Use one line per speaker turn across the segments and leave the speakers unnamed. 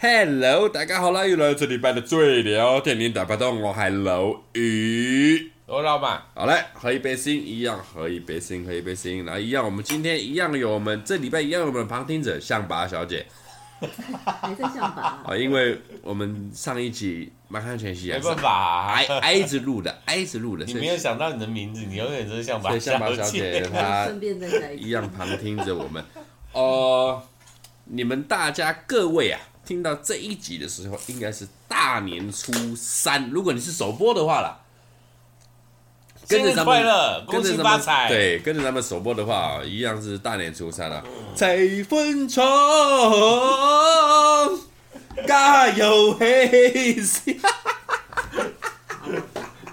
Hello，大家好啦，又来到这礼拜的最聊电影打不动，我还楼宇。
罗老板，
好嘞，喝一杯新，一样喝一杯新，喝一杯新，来一样，我们今天一样有我们这礼拜一样有我们旁听者象拔小姐
还在上 吧？
啊，因为我们上一集满汉全席
没
还是
办法、啊
挨，挨着录的，挨着录的，
你
所以
没有想到你的名字，你永远都是像
所
马
以象拔
小
小姐
姐。
她
顺便再来
一样旁听着我们。哦、你们大家各位啊，听到这一集的时候，应该是大年初三。如果你是首播的话啦，跟
生
着
日
咱
快
们。
乐，
跟
恭
着
喜
咱
发
们
财！，
对，跟着咱们首播的话，一样是大年初三啊。
嗯
彩粉虫， 加油嘿！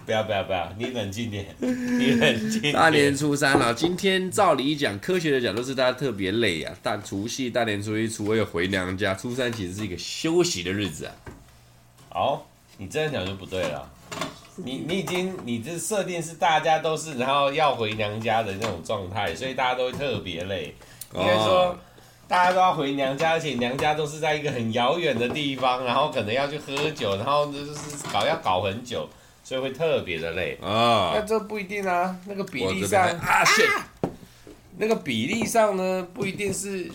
不要不要不要，你冷静点， 你冷静点。
大年初三了、今天照理讲，科学的角度是大家特别累啊。但除夕、大年初一、初二又回娘家，初三其实是一个休息的日子啊。
好，你这样讲就不对了。你你已经你这设定是大家都是，然后要回娘家的那种状态，所以大家都会特别累。应该说
哦，
大家都要回娘家，而且娘家都是在一个很遥远的地方，然后可能要去喝酒，然后就是搞要搞很久，所以会特别的累。那
啊，
这不一定啊，那个比
我
例
这边
上，
还啊，是
那个比例上呢，不一定是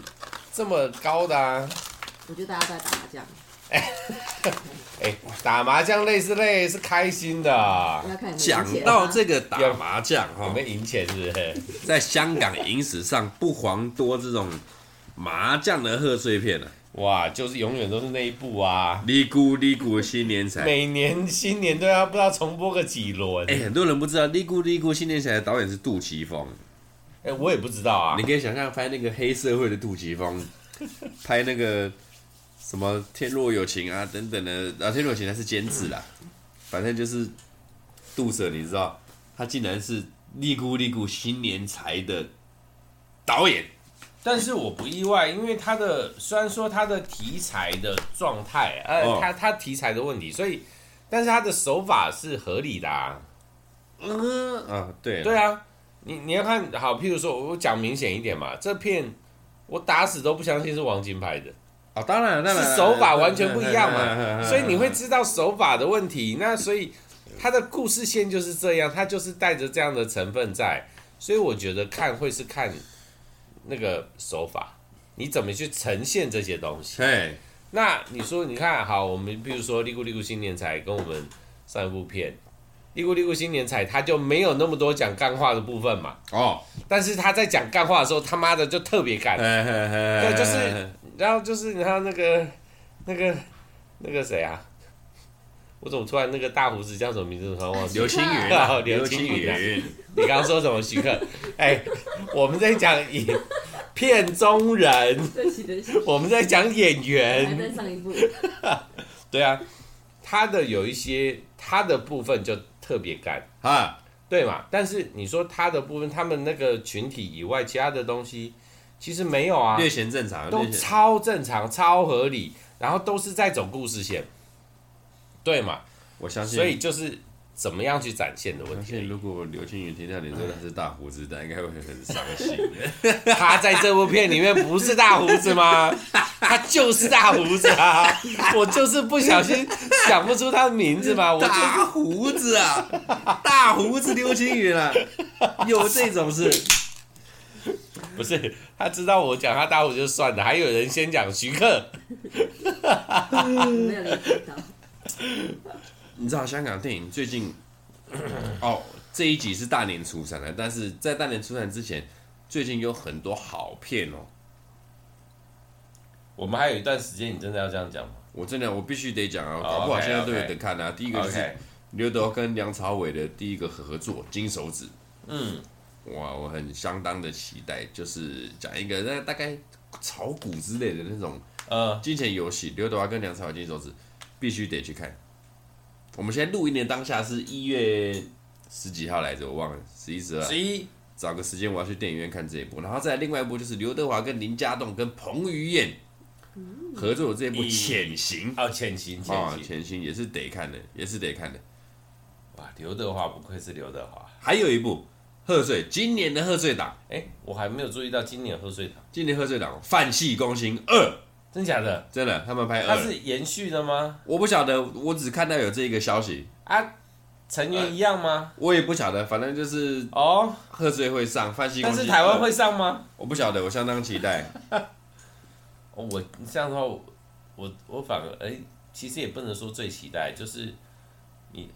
这么高的啊。
我觉得大家都在打麻将，
哎、打麻将累是累，是开心的啊。
要看你们
讲
钱啊
到这个打麻将
我
哈，
们赢钱是不是？
在香港影史上不遑多这种麻将的贺岁片了、啊。
哇，就是永远都是那一部啊。
嘀咕嘀咕新年彩，哎、
每年新年都要不知道重播个几轮，哎、
很多人不知道嘀咕嘀咕新年彩的导演是杜琪峰。
我也不知道啊
你。可以想象拍那个黑社会的杜琪峰， 拍那个什么《天若有情》啊等等的，啊，《天若有情》他是监制啦，反正就是杜 Sir，你知道，他竟然是利姑利姑新年才的导演，
但是我不意外，因为它的虽然说它的题材的状态，呃
哦，
它它题材的问题，所以，但是它的手法是合理的、啊。
嗯啊，对，
对，啊，你你要看好，譬如说我讲明显一点嘛，这片我打死都不相信是王晶拍的，
啊，当然了，当然了
是手法完全不一样
嗯嗯嗯嗯
嘛，
嗯
所以你会知道手法的问题。那所以它的故事线就是这样，它就是带着这样的成分在，所以我觉得看会是看那个手法，你怎么去呈现这些东西。
嘿，
那你说，你看好，我们比如说《利咕利咕新年彩》跟我们上一部片《利咕利咕新年彩》，它就没有那么多讲干话的部分嘛。
哦，
但是他在讲干话的时候，他妈的就特别
嗯
干。
对
对就是然后就是你看那个那个那个谁啊，我怎么突然那个大胡子叫什么名字？突然忘记。
刘青云 啊，
刘
青
青云啊
云，
你刚刚说什么？徐克？哎，我们在讲影片中人，
对不起对不起，
我们在讲演
还
员。
在上一部，
对啊，他的有一些他的部分就特别干。
啊，
对嘛？但是你说他的部分，他们那个群体以外，其他的东西其实没有啊，
略显正常，
都
略显
超正常、超合理，然后都是在走故事线，对嘛？
我相信，
所以就是怎么样去展现的问
相
题。
信如果刘青云听到你说他是大胡子，他应该会很伤心。
他在这部片里面不是大胡子 吗？他就是大胡子啊！我就是不小心想不出他的名字 嘛，我就是
大胡子 啊，大胡子刘青云啊， 有这种事？
不是，他知道我讲他大胡子就算了，还有人先讲徐克，
没有联系到。
你知道香港电影最 近，哦，这一集是大年初三了，但是在大年初三之前，最近有很多好片哦。
我们还有一段时间，你真的要这样讲吗
我真的，我必须得讲啊，
哦
搞不好
OK，
现在都有
OK
得看啊。第一个就是
？OK，
刘德华跟梁朝伟的第一个合作《金手指》。
嗯，
哇，我很相当的期待，就是讲一个那大概炒股之类的那种
呃，
金钱游戏，刘德华跟梁朝伟金手指必须得去看。我们现在录音的当下是一月十几号来着，我忘了，十一十二。啊
十一
找个时间我要去电影院看这一部，然后再来另外一部就是刘德华跟林家栋跟彭于晏合作的这一部《
嗯
潜行》
哦，潜行
啊，
潜
《
行，
潜行》也是得看的，也是得看的。
哇，刘德华不愧是刘德华，
还有一部贺岁，今年的贺岁档，
哎，我还没有注意到今年贺岁档，
今年贺岁档《范戏攻心二》
真假的？
真的，他们拍
它
二，
是延续的吗？
我不晓得，我只看到有这一个消息，
啊，成员一样吗？
我也不晓得，反正就是
哦，
贺岁会上，范西
但
攻
是
击
台湾
二呃
会上吗？
我不晓得，我相当期待。
哦，我这样的话，我我我反而哎、其实也不能说最期待，就是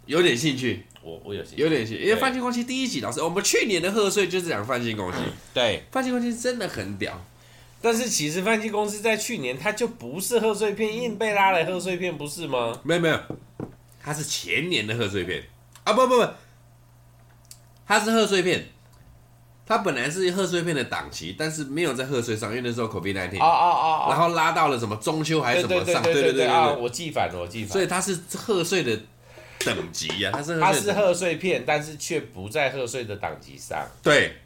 有点兴趣，
我我有些
有点兴趣，因为
对
范星攻击第一集，老师，我们去年的贺岁就是讲范星攻击，
对，
范星攻击真的很屌，
但是其实范进公司在去年它就不是贺岁片，硬被拉来贺岁片，不是吗？
没有没有，它是前年的贺岁片啊，不不不，它是贺岁片，它本来是贺岁片的档期，但是没有在贺岁上，因为那时候 COVID 1 9然
哦哦哦哦，
后拉到了什么中秋还是
对
什么
对对
上，
对
对
对
对
啊，
对，
我记反了，我记
所
反
以
了。
它是贺岁的等级呀、它是
它
贺岁
是
的等，
贺岁片，但是却不在贺岁的档期上。
对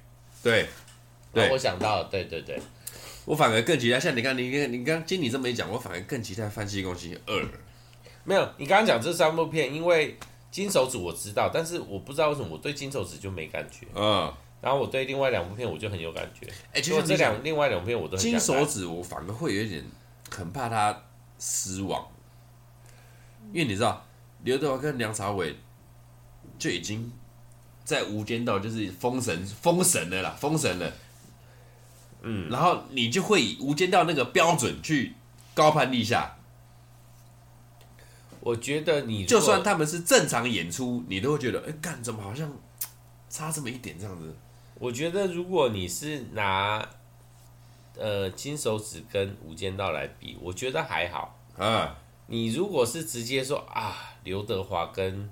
对。对
哦我想到了，对对对，
我反而更期待，像你刚你刚你刚经你这么一讲，我反而更期待《翻西攻击二》。
没有，你刚刚讲这三部片，因为金手指我知道，但是我不知道为什么我对金手指就没感觉，
嗯，
然后我对另外两部片我就很有感觉，
哎、就
结果
像
这
这两
两另外两部片我都很想
金
看
手指，我反而会有一点很怕他失望，因为你知道刘德华跟梁朝伟就已经在《无间道》就是封神封神了啦，封神了。嗯，然后你就会以《无间道》那个标准去高攀立下，
我觉得你如果
就算他们是正常演出，你都会觉得，哎、干怎么好像差这么一点这样子？
我觉得如果你是拿呃金手指跟《无间道》来比，我觉得还好。
啊，
你如果是直接说啊刘德华跟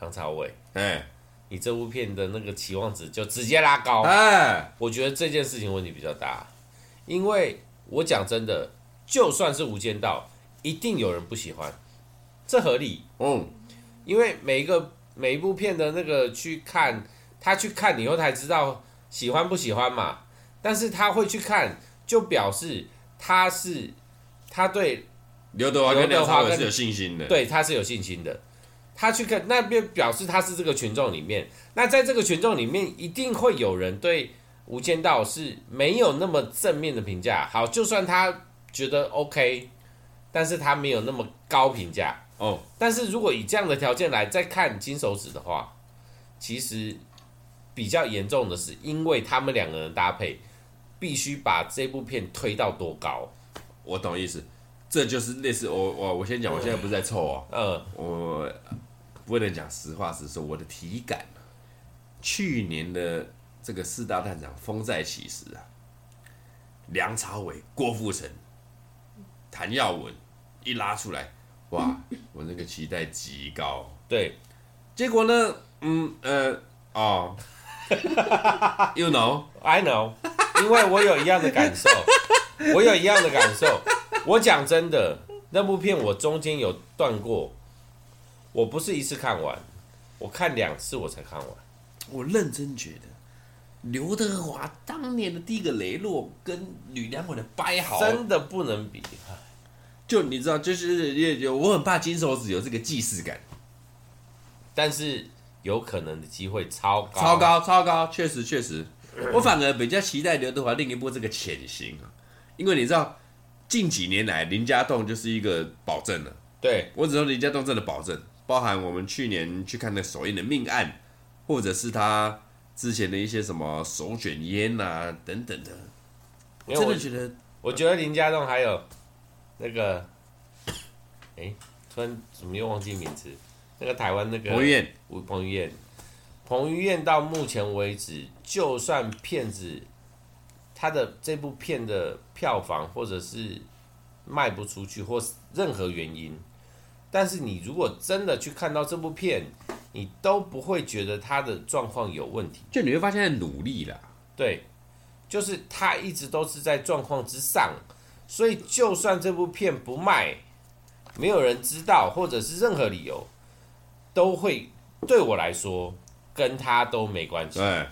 梁朝伟，
哎
你这部片的那个期望值就直接拉高，
哎，
我觉得这件事情问题比较大，因为我讲真的，就算是《无间道》，一定有人不喜欢，这合理。
嗯，
因为每一个每一部片的那个去看，他去看以后才知道喜欢不喜欢嘛。但是他会去看，就表示他是他对
刘德华跟
刘
梁
德华
朝
跟
伟是有信心的，
对他是有信心的。他去看那边表示他是这个群众里面，那在这个群众里面，一定会有人对《无间道》是没有那么正面的评价。好，就算他觉得 OK，但是他没有那么高评价。
哦，
但是如果以这样的条件来再看金手指的话，其实比较严重的是，因为他们两个人搭配，必须把这部片推到多高？
我懂意思，这就是类似我我我先讲，我现在不是在凑哦，
呃，
我不能讲实话实说，我的体感啊，去年的这个四大探长风再起时啊，梁朝伟、郭富城、谭耀文一拉出来，哇，我那个期待极高，
对，
结果呢，嗯呃哦 ，you know，
I know，因为我有一样的 感受，我有一样的感受。我讲真的，那部片我中间有断过，我不是一次看完，我看两次我才看完。
我认真觉得。刘德华当年的第一个雷洛跟吕良伟的掰好，
真的不能比，
就你知道，就是也也我很怕金手指有这个既视感，
但是有可能的机会超高，
超高超高，确实确实，我反而比较期待刘德华另一部这个潜行啊，因为你知道近几年来林家栋就是一个保证了，
对。
我只说林家栋真的保证，包含我们去年去看的首映的命案，或者是他之前的一些什么手卷烟啊等等的，我
因为
真
我
的觉得
我觉得林家栋还有那个，哎、突然怎么又忘记名字？那个台湾那个
彭于，晏
吴彭于晏，彭于晏到目前为止，就算片子他的这部片的票房或者是卖不出去，或是任何原因，但是你如果真的去看到这部片，你都不会觉得他的状况有问题。
就你会发现他的努力啦，
对，就是他一直都是在状况之上，所以就算这部片不卖，没有人知道，或者是任何理由，都会对我来说跟他都没关系。
对，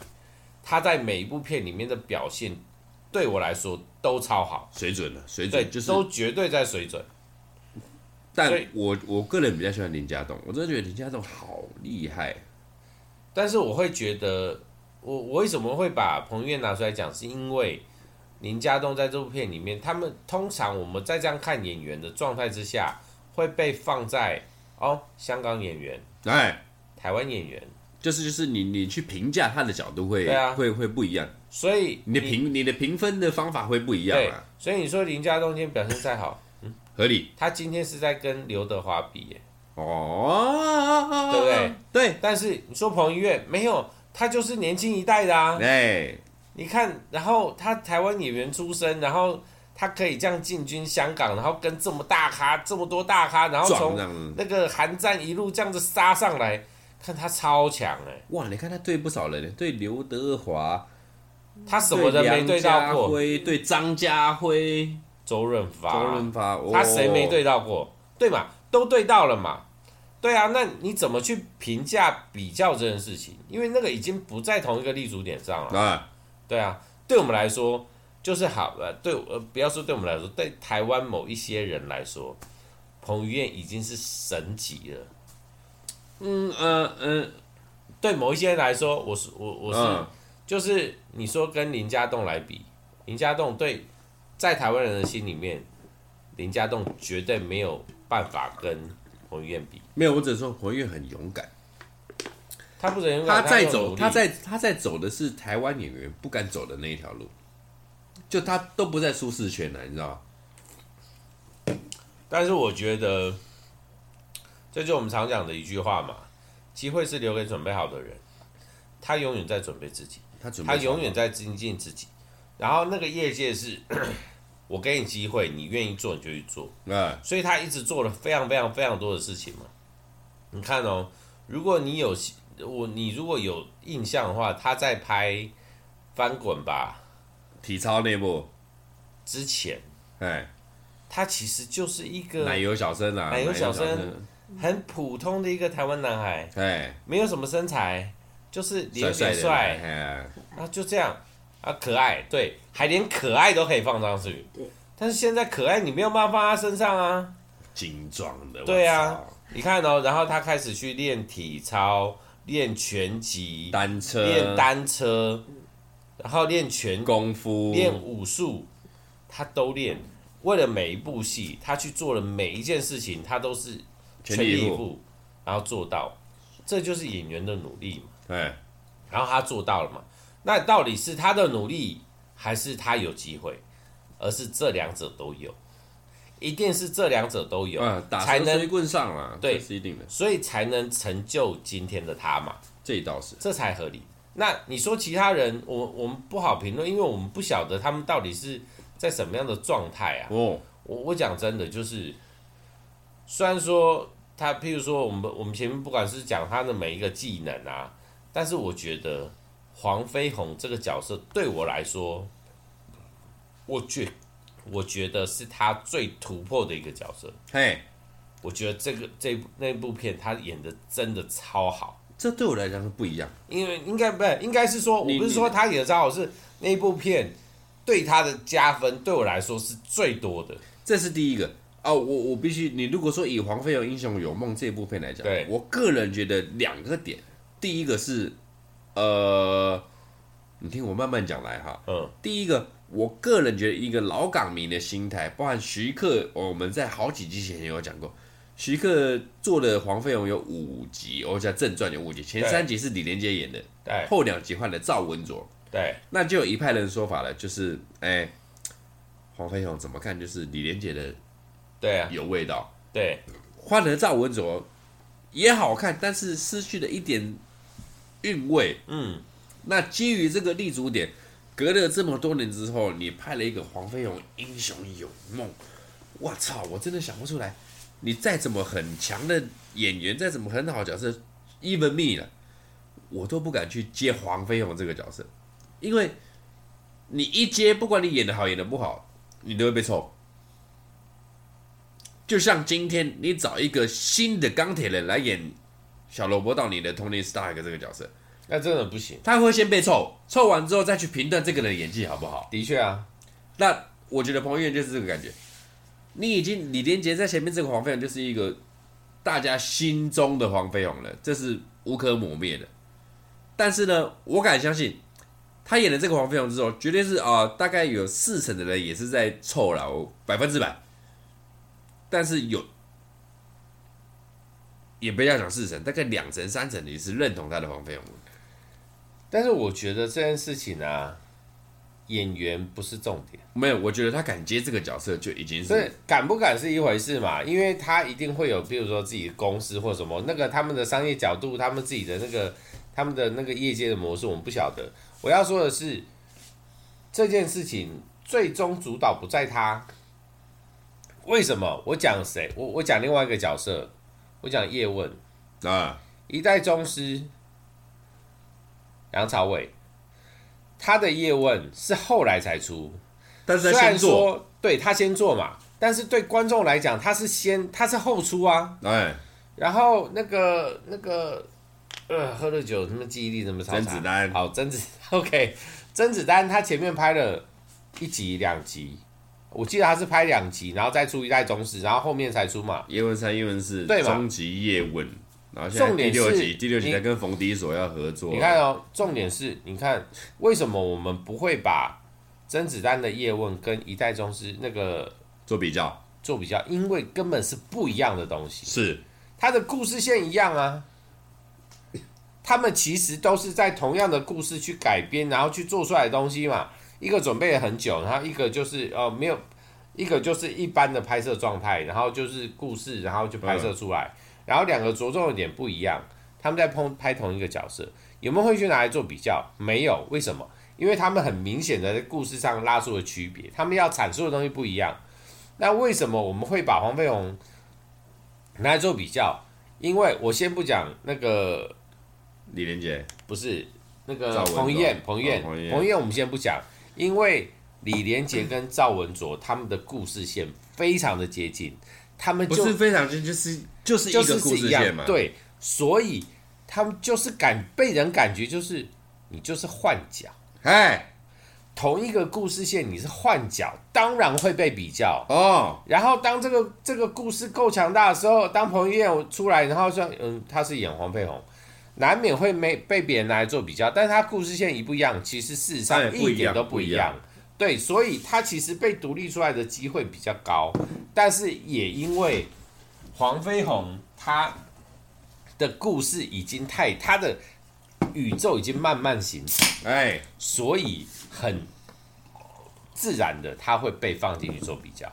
他在每一部片里面的表现，对我来说都超好，
水准了，水
对，
准就是
都绝对在水准。
但
所以
我我个人比较喜欢林家栋，我真的觉得林家栋好厉害。
但是我会觉得，我我为什么会把彭于晏拿出来讲，是因为林家栋在这部片里面，他们通常我们在这样看演员的状态之下，会被放在哦香港演员、
哎，
台湾演员，
就是就是你你去评价他的角度会、
对啊
会会不一样，
所以
你的评你的评分的方法会不一样
对
啊，，
所以你说林家栋今天表现再好，
合理
他今天是在跟刘德华比耶，
哦，
对不
对？
但是你说彭于晏没有，他就是年轻一代的啊。
对，哎，
你看，然后他台湾演员出身，然后他可以这样进军香港，然后跟这么大咖、这么多大咖，然后
壮这
从
样子，
那个韩战一路这样子杀上来，看他超强哎、
哇，你看他对不少人，对刘德华，
他什么人没对到
梁家
过？
辉对张家辉、
周润发，
周润发，哦
他谁没对到过？对嘛，都对到了嘛。对啊，那你怎么去评价比较这件事情？因为那个已经不在同一个立足点上了。
啊？
对啊，对我们来说就是好了。对我，呃，不要说对我们来说，对台湾某一些人来说，彭于晏已经是神级了。
嗯呃嗯
对某一些人来说，我是我我是、
嗯，
就是你说跟林家栋来比，林家栋对在台湾人的心里面，林家栋绝对没有办法跟彭于晏比。
没有，我只能说彭越很勇敢，
他不能
他在
很努
走，
力
他在他在走的是台湾演员不敢走的那一条路，就他都不在舒适圈了，你知道吗？
但是我觉得，这就我们常讲的一句话嘛，机会是留给准备好的人，他永远在准备自己，
他准备
他永远在精进自己。然后那个业界是， 我给你机会，你愿意做你就去做，
啊，
所以他一直做了非常非常非常多的事情嘛。你看哦，如果你有我，你如果有印象的话，他在拍《翻滚吧
体操那部，》
之前，
哎，
他其实就是一个
奶油小生啊，
奶油小生
奶，
很普通的一个台湾男孩。
哎，
没有什么身材，就是脸
帅帅
有点
的，
帅，
哎，
啊，就这样啊，可爱，对，还连可爱都可以放上去
对。
但是现在可爱你没有办法放在他身上啊，
精壮的，
对啊
我操，
你看哦，然后他开始去练体操、练拳击、
单车，
练单车，然后练拳、
功夫，
练武术，他都练。为了每一部戏，他去做了每一件事情，他都是
全
全
力
力
以
以
赴，
赴，然后做到，这就是演员的努力嘛。
哎，
然后他做到了嘛？那到底是他的努力，还是他有机会？而是这两者都有，一定是这两者都有，
嗯，打
才
成
能
追棍上了，
对
这是一定的，
所以才能成就今天的他嘛，
这倒是，
这才合理。那你说其他人，我我们不好评论，因为我们不晓得他们到底是在什么样的状态啊。
哦，
我我讲真的，就是虽然说他，譬如说我们我们前面不管是讲他的每一个技能啊，但是我觉得黄飞鸿这个角色对我来说，我觉我觉得是他最突破的一个角色。
嘿，
我觉得这个这部那部片他演的真的超好，
这对我来讲是不一样，
因为应该不是应该是说，我
你
不是
你
说他演的超好，是那部片对他的加分对我来说是最多的。
这是第一个。哦，我我必须，你如果说以《黄飞鸿英雄有梦》这部片来讲，
对
我个人觉得两个点，第一个是，呃，你听我慢慢讲来哈。
嗯，
第一个，我个人觉得一个老港民的心态，包含徐克，哦我们在好几集前也有讲过，徐克做的《黄飞鸿》有五集，我讲正传有五集，前
对
三集是李连杰演的，
对
后两集换了赵文卓，
对
那就有一派人说法了，就是哎，黄飞鸿怎么看就是李连杰的
对啊，
有味道，
对。
换了赵文卓也好看，但是失去了一点韵味。
嗯，
那基于这个立足点，隔了这么多年之后，你拍了一个《黄飞鸿英雄有梦》，我操，我真的想不出来，你再怎么很强的演员，再怎么很好的角色，even me 了，我都不敢去接黄飞鸿这个角色，因为你一接，不管你演的好演的不好，你都会被臭。就像今天你找一个新的钢铁人来演小罗伯·道尼的 Tony Stark 这个角色，
那真的不行。
他会先被臭，臭完之后再去评断这个人演技好不好。
的确啊，
那我觉得彭于晏就是这个感觉。你已经李连杰在前面这个黄飞鸿就是一个大家心中的黄飞鸿了，这是无可磨灭的。但是呢，我敢相信，他演的这个黄飞鸿之后，绝对是啊、呃大概有四成的人也是在凑了，我百分之百。但是有，也不要讲四成，大概两成三成的也是认同他的黄飞鸿文。
但是我觉得这件事情啊，演员不是重点，
没有，我觉得他敢接这个角色就已经
所以
是
敢不敢是一回事嘛，因为他一定会有，比如说自己的公司或什么那个他们的商业角度，他们自己的那个他们的那个业界的模式，我们不晓得。我要说的是，这件事情最终主导不在他。为什么？我讲谁？我我讲另外一个角色，我讲叶问。
啊，
一代宗师梁朝伟，他的叶问是后来才出，
但是
虽
他先
然
做，
说对他先做嘛，但是对观众来讲，他是先他是后出啊。
哎，
然后那个那个呃，喝了酒，什么记忆力什么超差。
甄子丹
好，甄子 OK，甄子丹他前面拍了一集两集，我记得他是拍两集，然后再出一代宗师，然后后面才出嘛。
叶问三、叶问四，
对嘛
终极叶问，然后现在
重
第
点是
六集，第六集
你
在跟冯迪所要合作，
你看哦，重点是，你看为什么我们不会把甄子丹的叶问跟一代宗师那个
做比较
做比较？因为根本是不一样的东西，
是
它的故事线一样啊。他们其实都是在同样的故事去改编，然后去做出来的东西嘛。一个准备了很久，然后一个就是呃没有，一个就是一般的拍摄状态，然后就是故事，然后就拍摄出来。然后两个着重的点不一样，他们在碰拍同一个角色，有没有会去拿来做比较？没有，为什么？因为他们很明显的在故事上拉出了区别，他们要阐述的东西不一样。那为什么我们会把黄飞鸿拿来做比较？因为我先不讲那个
李连杰，
不是那个
赵文
彭于晏，
卓
彭于晏，
哦彭于晏
彭于晏，我们先不讲，因为李连杰跟赵文卓他们的故事线非常的接近，他们
不
就是
非常近，就是就是一
就
个
是
故
是
事
一样
线嘛，，
对，所以他们就是感被人感觉就是你就是换角，
哎，
同一个故事线你是换角，当然会被比较。
哦，
然后当这个这个故事够强大的时候，当彭于晏出来，然后说嗯他是演黄飞鸿，难免会没被别人拿来做比较，但是他故事线一不一样，其实事实
哎
上
不
一
一样
点都
不
不
一
一
样
样。对，所以他其实被独立出来的机会比较高，但是也因为黄飞鸿他的故事已经太他的宇宙已经慢慢形成。
哎，
所以很自然的，他会被放进去做比较，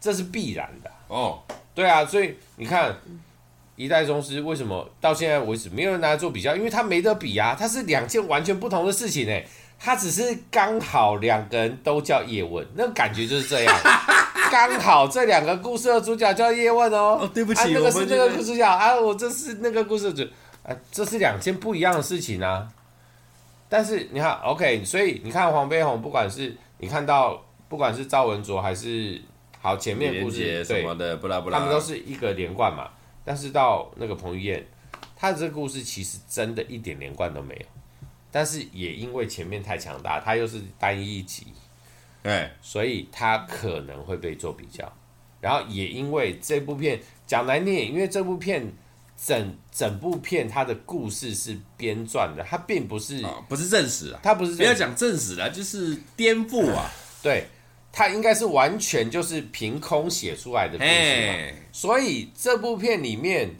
这是必然的。
哦，
对啊，所以你看，一代宗师为什么到现在为止没有人拿来做比较？因为他没得比啊，它是两件完全不同的事情哎、他只是刚好两个人都叫叶问，那感觉就是这样。 刚好这两个故事的主角叫叶问哦。
哦对不起
啊、那个
我
是
们
那个
这
故
边
事主角啊，我这是那个故事的主，啊，这是两件不一样的事情啊。但是你看，OK，所以你看黄飞鸿，不管是你看到，不管是赵文卓还是好前
李
面的
连
故
杰
事，
什
对
么，的，不啦不啦，
他们都是一个连贯嘛。但是到那个彭于晏，他的这个故事其实真的一点连贯都没有。但是也因为前面太强大，他又是单一一集，
哎，
所以他可能会被做比较。然后也因为这部片讲难听点，因为这部片整整部片它的故事是编撰的，它并不是，
啊，不是正史啊，
它不是
不要讲正史啦，就是颠覆啊，
对，它应该是完全就是凭空写出来的故事嘛。
哎，
所以这部片里面，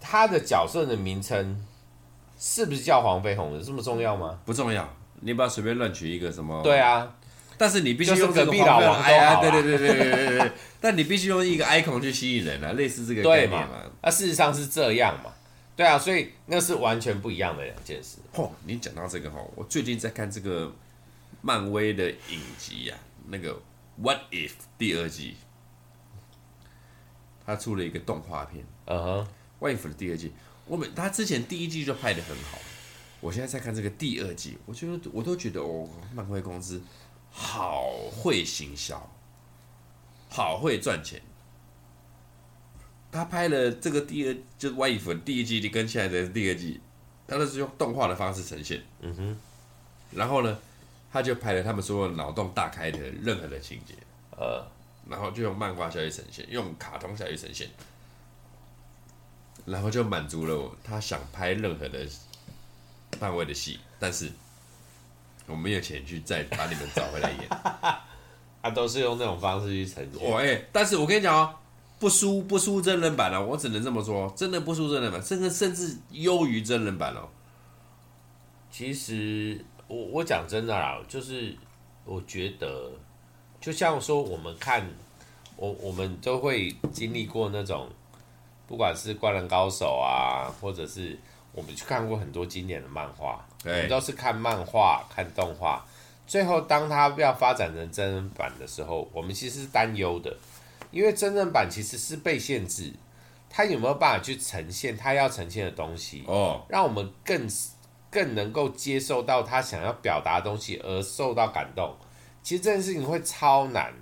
他的角色的名称是不是叫黄飞鸿？有这么重要吗？
不重要。你不要随便乱取一个什么，
对啊，
但是你必须
就是
用这个
隔壁
方
老
法
王都
哎呀，
好啊
对
啦
对对对对对对对，但你必须用一个 icon 去吸引人啊，类似这个概
对
念
嘛
嘛。？
那、事实上是这样嘛？对啊，所以那是完全不一样的两件事。
哦，你讲到这个哈，我最近在看这个漫威的影集啊，那个《What If》第二季，他出了一个动画片，
嗯哼，
《Wife》的第二季，我们他之前第一季就拍的很好，我现在在看这个第二季，我觉得我都觉得哦，漫威公司好会行销，好会赚钱。他拍了这个第二就是《Wife》的第一季跟现在的第二季，他都是用动画的方式呈现。嗯哼，然后呢，他就拍了他们所有脑洞大开的任何的情节，
呃，
然后就用漫画下去呈现，用卡通下去呈现，然后就满足了我他想拍任何的漫威的戏，但是我没有钱去再把你们找回来 演。
他啊都是用那种方式去呈现。
我哎、但是我跟你讲哦，不输不输真人版哦，我只能这么说，真的不输真人版，甚至甚至优于真人版哦。
其实我我讲真的啦，就是我觉得，就像说我们看我我们都会经历过那种，不管是《灌篮高手》啊，或者是我们去看过很多经典的漫画，我
对
们都是看漫画、看动画。最后，当它要发展成真人版的时候，我们其实是担忧的，因为真人版其实是被限制，它有没有办法去呈现它要呈现的东西？
哦，
让我们更更能够接受到他想要表达的东西而受到感动。其实这件事情会超难。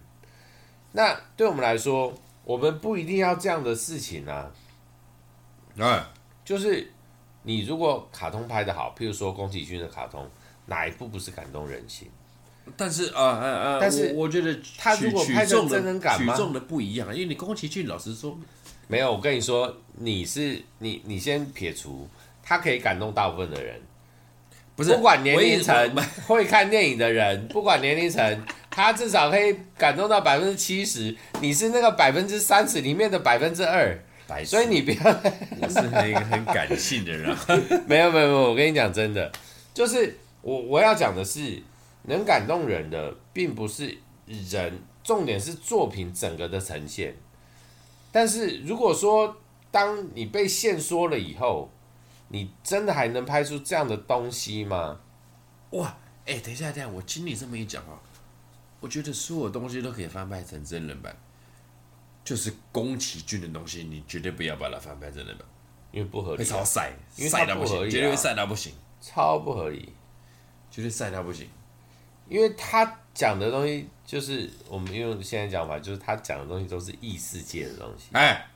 那对我们来说，我们不一定要这样的事情啊。
哎，
就是你如果卡通拍的好，譬如说宫崎骏的卡通，哪一部不是感动人心？
但是啊啊啊！
但是
我我觉得
他
取
如果
取
拍成
中的
真人感
取
吗
中的不一样，啊因为你宫崎骏老实说，
没有，我跟你说，你是你你先撇除，他可以感动大部分的人，
不是
不管年
唯
龄
一
层，会看电影的人，不管年龄层，他至少可以感动到百分之七十。你是那个百分之三十里面的百分之二，
白痴
所以你不要
我是很很感性的人啊。
没有没有没有，我跟你讲真的，就是我我要讲的是，能感动人的并不是人，重点是作品整个的呈现。但是如果说当你被限缩了以后，你真的还能拍出这样的东西吗？
哇，哎、等一下，等一下，我听你这么一讲哦，我觉得所有东西都可以翻拍成真人版，就是宫崎骏的东西，你绝对不要把它翻拍真人版，
因为不合理
会
啊、
超晒，
因为
晒
它
到
不
不行，
合理啊
绝对会晒到不行，
超不合理。
绝对晒到不行。
因为他讲的东西就是我们用现在讲法，就是他讲的东西都是异世界的东西。
哎，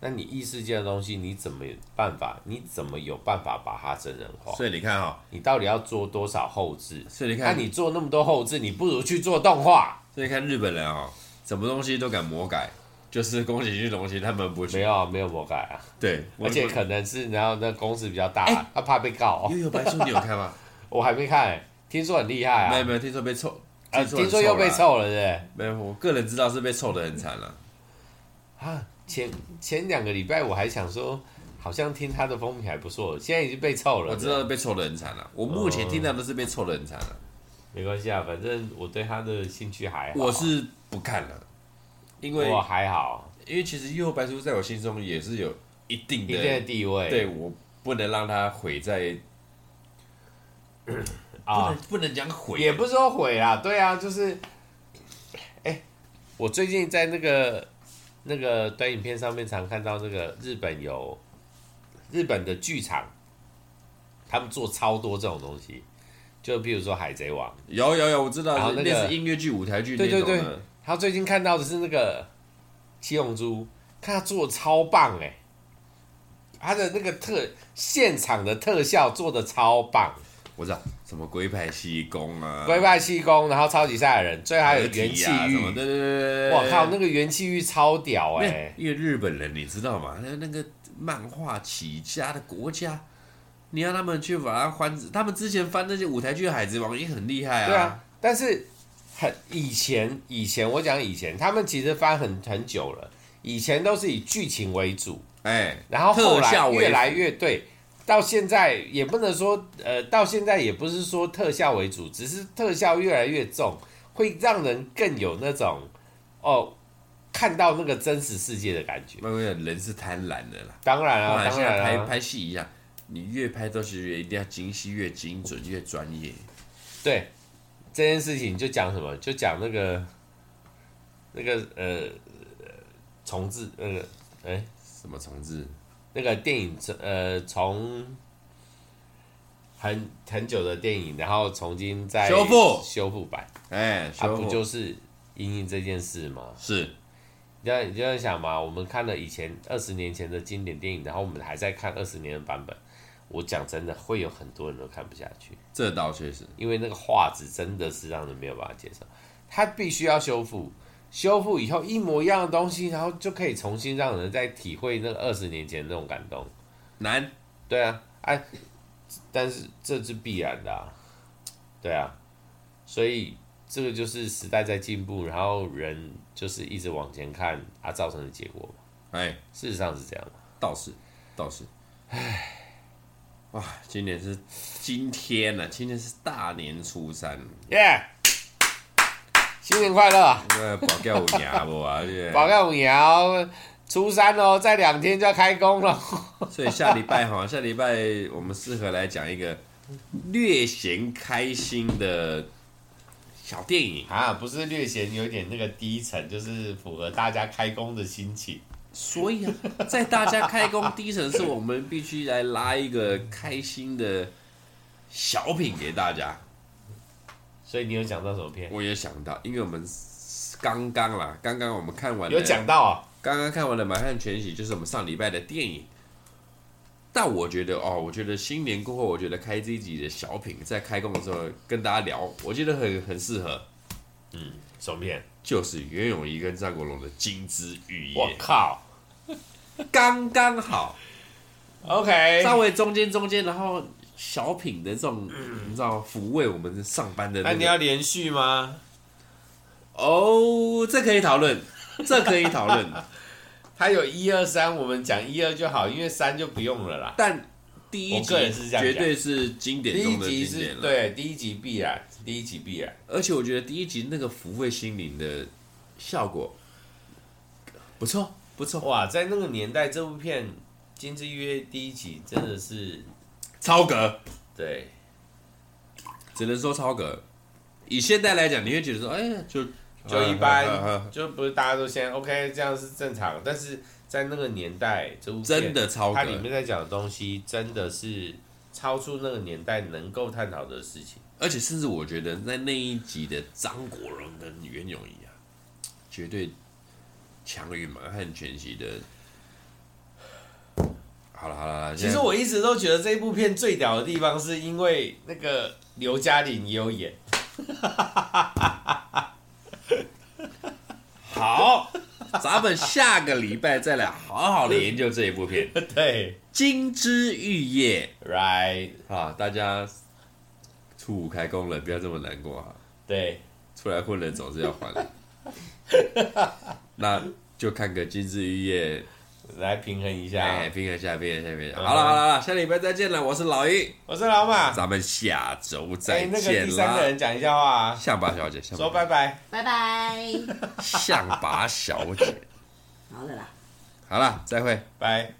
那你异世界的东西，你怎么有办法？你怎么有办法把它真人化？
所以你看哈、
你到底要做多少后置？
所以你
那、
看，
你做那么多后置，你不如去做动画。
所以你看日本人哦，什么东西都敢魔改，就是宫崎骏的东西他们不
没
去，
有啊没有魔改啊，
对，
而且可能是然后那公司比较大，
哎
他怕被告、啊
悠悠白书你有看吗？
我还没看、听说很厉害
没有
啊，
没有，听说被臭，
啊，
很
听说又被
啦，
臭了，对不对？
没有，我个人知道是被臭的很惨了。
啊，前前两个礼拜我还想说，好像听他的风评还不错，现在已经被臭了。
我知道被臭的很惨了、我目前听到都是被臭的很惨了、
没关系啊，反正我对他的兴趣还好。
我是不看了，因为
我还好，
因为其实《幽游白书》在我心中也是有一定
一
的，
定的地位。
对我不能让它毁在，不
啊
能，不能讲毁，
也不是说毁啦，对啊，就是，哎、我最近在那个那个短影片上面常看到那个日本有日本的剧场，他们做超多这种东西，就比如说《海贼王》。
有有有，我知道，
然后那个
类似音乐剧、舞台剧那
对
种
对
的，
对他最近看到的是那个七龙珠，看他做的超棒哎、他的那个特现场的特效做的超棒，
我知道什么龟派气功啊，
龟派气功，然后超级赛亚人，最后还有
合体啊
元气
什么
玉，
对对对对对，
我靠，
对
那个元气玉超屌哎、
对因为日本人你知道吗？那那个漫画起家的国家。你让他们去把它翻，他们之前翻那些舞台剧《海贼王》也很厉害
对啊，但是很以前以前我讲以前，他们其实翻很很久了，以前都是以剧情为主，
哎，
然后后
特效
来
为
越来越对，到现在也不能说呃，到现在也不是说特效为主，只是特效越来越重，会让人更有那种哦，看到那个真实世界的感觉。
慢慢讲，人是贪婪的啦。
当然
当
啊，
然，
当
现在
然
拍
啊，
拍戏一样，你越拍东西越一定要精细、越精准、越专业。
对这件事情就讲什么，就讲那个那个呃重置那个哎
什么重置？
那个电影呃从。很很久的电影，然后重新再
修复
修复版，
哎，
它
修
啊不
复
就是因应这件事吗？
是
你要你就在想嘛，我们看了以前二十年前的经典电影，然后我们还在看二十年的版本。我讲真的，会有很多人都看不下去，
这倒确实。
因为那个画质真的是让人没有办法接受。它必须要修复，修复以后一模一样的东西，然后就可以重新让人再体会那二十年前那种感动。
难
对啊，哎、但是这是必然的啊、对啊，所以这个就是时代在进步，然后人就是一直往前看啊，造成的结果嘛。
哎，
事实上是这样嘛。
倒是倒是，唉，哇，今年是今天呢、啊，今天是大年初三，
耶、新年快乐啊！
那保掉我牙不 啊？对不
宝盖五爻，初三哦，再两天就要开工了。
对所以下礼拜哈，下礼拜我们适合来讲一个略显开心的小电影，
啊，不是略显有点那个低沉，就是符合大家开工的心情。
所以啊，在大家开工低层次，我们必须来拉一个开心的小品给大家。
所以你有讲到什么片？
我也想到，因为我们刚刚啦，刚刚我们看完了
有讲到啊、
刚刚看完了《满汉全席》，就是我们上礼拜的电影。但我觉得哦，我觉得新年过后，我觉得开这一集的小品，在开工的时候跟大家聊，我觉得很很适合，
什么片？
就是袁咏仪跟张国荣的《金枝玉
我
叶
靠》，
刚刚好，
，OK，
稍微中间中间，然后小品的这种，你知道抚慰我们上班的、
嗯那
那
你
个
要连续吗？
哦，这可以讨论， 这可以讨论，
它有一二三，我们讲一二就好，因为三就不用了啦。
但第一
我
集
个人是这样
绝
讲
对是经典
第一
中的
集
经
是
典了。
对，第一集必然，第一集必然。
而且我觉得第一集那个抚慰心灵的效果不错，不错，
哇，在那个年代，这部片《金枝玉叶》第一集真的是
超格，
对，
只能说超格。以现在来讲，你会觉得说，哎呀，就
就一
啊
般，就不是大家都先 OK，这样是正常。但是在那个年代，这部片
真的超
它里面
格，
在讲的东西真的是超出那个年代能够探讨的事情。
而且甚至我觉得在那一集的张国荣跟袁咏仪啊，绝对强于满汉全席的。好了好了好了，
其
现
实
在
我一直都觉得这部片最屌的地方，是因为那个刘嘉玲也有演。
好，咱们下个礼拜再来好好的研究这一部 片《
对
金枝玉叶》。
，right，
啊，大家初五开工了，不要这么难过哈、
对，
出来混人总是要还的。 那就看个金枝玉叶，
来平衡一下。
哎，平衡一下，平衡一下，平衡一下。
啊嗯
好了好了好了，下礼拜再见了，我是老一，
我是老马，
咱们下周
哎
再，
那个
见
第三个
啦。
人讲一下话啊，
象拔小姐，象
说
拔
拜拜。
拜拜。
象拔小姐，
好了啦。
好了，再会。
拜。